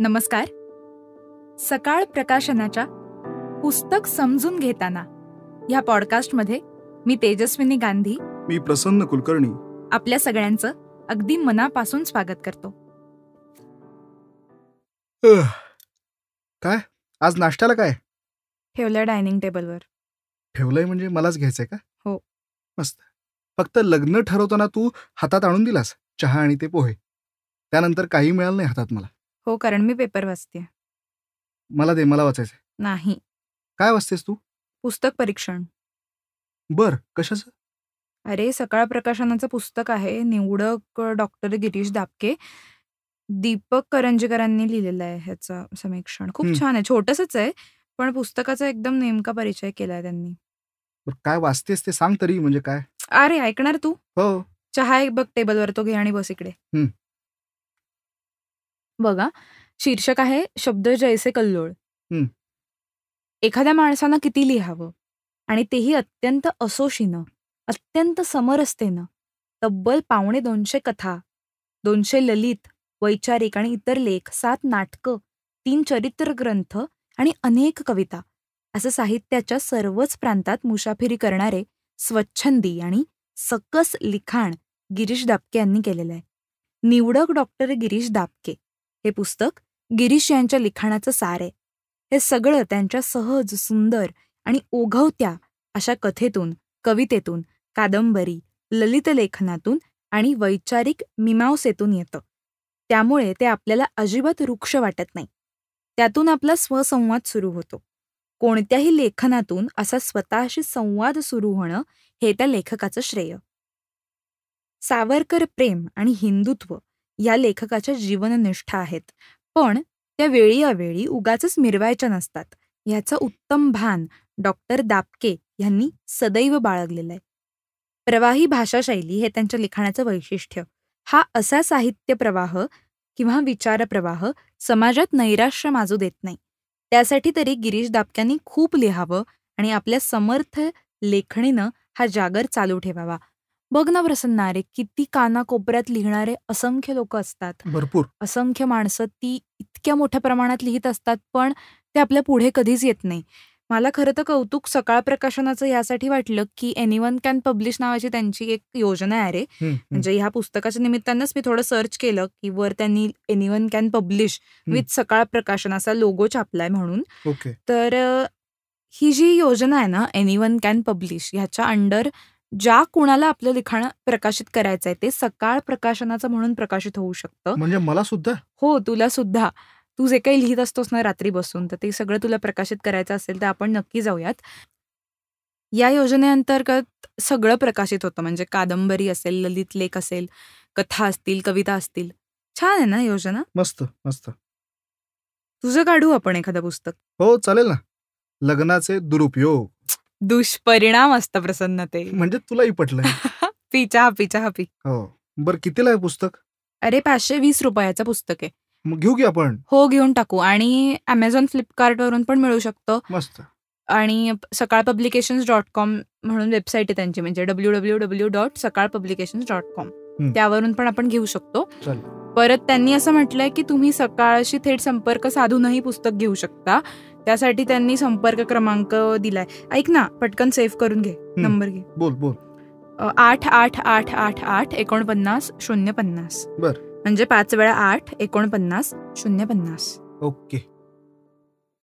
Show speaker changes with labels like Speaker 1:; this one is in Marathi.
Speaker 1: नमस्कार सकाळ प्रकाशनाच्या पुस्तक समजून घेताना ह्या पॉडकास्टमध्ये मी तेजस्विनी गांधी
Speaker 2: मी प्रसन्न कुलकर्णी
Speaker 1: आपल्या सगळ्यांचं अगदी मनापासून स्वागत करतो
Speaker 2: काय आज नाश्त्याला काय
Speaker 1: ठेवलं डायनिंग टेबलवर
Speaker 2: ठेवलंय म्हणजे मलाच घ्यायचंय का
Speaker 1: हो.
Speaker 2: मस्त फक्त लग्न ठरवताना तू हातात आणून दिलास चहा आणि ते पोहे त्यानंतर काही मिळालं नाही हातात मला
Speaker 1: हो कारण मी पेपर वाचते
Speaker 2: मला दे मला वाचायचंय
Speaker 1: नाही
Speaker 2: काय वाचतेस तू
Speaker 1: पुस्तक परीक्षण
Speaker 2: बर कशाचं
Speaker 1: अरे सकाळ प्रकाशनाचं पुस्तक आहे निवडक डॉक्टर गिरीश दापके दीपक करंजेकरांनी लिहिलेलं आहे ह्याचं समीक्षण खूप
Speaker 2: हम्म.
Speaker 1: छान आहे छोटंसंच आहे पण पुस्तकाचा एकदम नेमका परिचय केला आहे त्यांनी
Speaker 2: बर काय वाचतेस ते सांग तरी म्हणजे काय
Speaker 1: अरे ऐकणार तू
Speaker 2: हो
Speaker 1: चहा एक बघ टेबलवर तो घे आणि बस इकडे
Speaker 2: हं.
Speaker 1: बघा शीर्षक आहे शब्द जैसे कल्लोळ
Speaker 2: हं.
Speaker 1: एखाद्या माणसानं किती लिहावं आणि तेही अत्यंत असोशीनं अत्यंत समरसतेनं तब्बल पावणे दोनशे कथा दोनशे ललित वैचारिक आणि इतर लेख सात नाटकं तीन चरित्र ग्रंथ आणि अनेक कविता असं साहित्याच्या सर्वच प्रांतात मुसाफिरी करणारे स्वच्छंदी आणि सकस लिखाण गिरीश दापके यांनी केलेलं आहे निवडक डॉक्टर गिरीश दापके हे पुस्तक गिरीश यांच्या लिखाणाचं सार आहे हे सगळं त्यांच्या सहज सुंदर आणि ओघवत्या अशा कथेतून कवितेतून कादंबरी ललित लेखनातून आणि वैचारिक मीमांसेतून येतं त्यामुळे ते आपल्याला अजिबात रुक्ष वाटत नाही त्यातून आपला स्वसंवाद सुरू होतो कोणत्याही लेखनातून असा स्वतःशी संवाद सुरू होणं हे त्या लेखकाचं श्रेय सावरकर प्रेम आणि हिंदुत्व या लेखकाच्या जीवननिष्ठा आहेत पण त्या वेळी अवेळी उगाच मिरवायच्या नसतात ह्याचं उत्तम भान डॉक्टर दापके यांनी सदैव बाळगलेलं आहे प्रवाही भाषाशैली हे त्यांच्या लिखाणाचं वैशिष्ट्य हा असा साहित्य प्रवाह किंवा विचारप्रवाह समाजात नैराश्य माजू देत नाही त्यासाठी तरी गिरीश दापक्यांनी खूप लिहावं आणि आपल्या समर्थ लेखणीनं हा जागर चालू ठेवावा बघ ना प्रसन्ना अरे किती कानाकोपऱ्यात लिहिणारे असंख्य लोक असतात
Speaker 2: भरपूर
Speaker 1: असंख्य माणसं ती इतक्या मोठ्या प्रमाणात लिहित असतात पण ते आपल्या पुढे कधीच येत नाही मला खरं तर कौतुक सकाळ प्रकाशनाचं यासाठी वाटलं की एनिवन कॅन पब्लिश नावाची त्यांची एक योजना आहे रे
Speaker 2: हम्म, हम्म.
Speaker 1: म्हणजे ह्या पुस्तकाच्या निमित्तानंच मी थोडं सर्च केलं की वर त्यांनी एनिवन कॅन पब्लिश
Speaker 2: हम्म.
Speaker 1: विथ सकाळ प्रकाशन असा लोगो छापलाय म्हणून
Speaker 2: ओके
Speaker 1: तर अ, ही जी योजना आहे ना एनिवन कॅन पब्लिश ह्याच्या अंडर ज्या कोणाला आपलं लिखाण प्रकाशित करायचं आहे ते सकाळ प्रकाशनाचं म्हणून प्रकाशित होऊ शकतं
Speaker 2: म्हणजे मला सुद्धा
Speaker 1: हो तुला सुद्धा तू जे काही लिहित असतोस ना रात्री बसून तर ते सगळं तुला प्रकाशित करायचं असेल तर आपण नक्की जाऊयात या योजनेअंतर्गत सगळं प्रकाशित होतं म्हणजे कादंबरी असेल ललित लेख असेल कथा असतील कविता असतील छान आहे ना योजना
Speaker 2: मस्त मस्त
Speaker 1: तुझं काढू आपण एखादं पुस्तक
Speaker 2: हो चालेल ना लग्नाचे दुरुपयोग
Speaker 1: दुष्परिणाम असतं प्रसन्न ते
Speaker 2: म्हणजे तुलाही पटलं
Speaker 1: पी चहा पी चहा पी
Speaker 2: हो बर कितीला आहे पुस्तक
Speaker 1: अरे पाचशे वीस रुपयाचं पुस्तक आहे
Speaker 2: मग घेऊ की आपण
Speaker 1: हो घेऊन टाकू आणि अमेझॉन फ्लिपकार्ट वरून पण मिळू शकतं
Speaker 2: मस्त
Speaker 1: आणि सकाळ पब्लिकेशन्स डॉट कॉम म्हणून वेबसाईट आहे त्यांची म्हणजे W W W dot Sakal publications dot com
Speaker 2: हं.
Speaker 1: त्यावरून पण आपण घेऊ शकतो
Speaker 2: चालेल.
Speaker 1: परत त्यांनी असं म्हटलंय की तुम्ही सकाळशी थेट संपर्क साधूनही पुस्तक घेऊ शकता त्यासाठी त्यांनी संपर्क क्रमांक दिलाय ऐक ना पटकन सेव्ह करून घे नंबर घे
Speaker 2: बोल बोल
Speaker 1: अ, आठ आठ आठ आठ आठ एकोणपन्नास शून्य पन्नास
Speaker 2: बर.
Speaker 1: म्हणजे पाच वेळा आठ एकोणपन्नास शून्य पन्नास
Speaker 2: ओके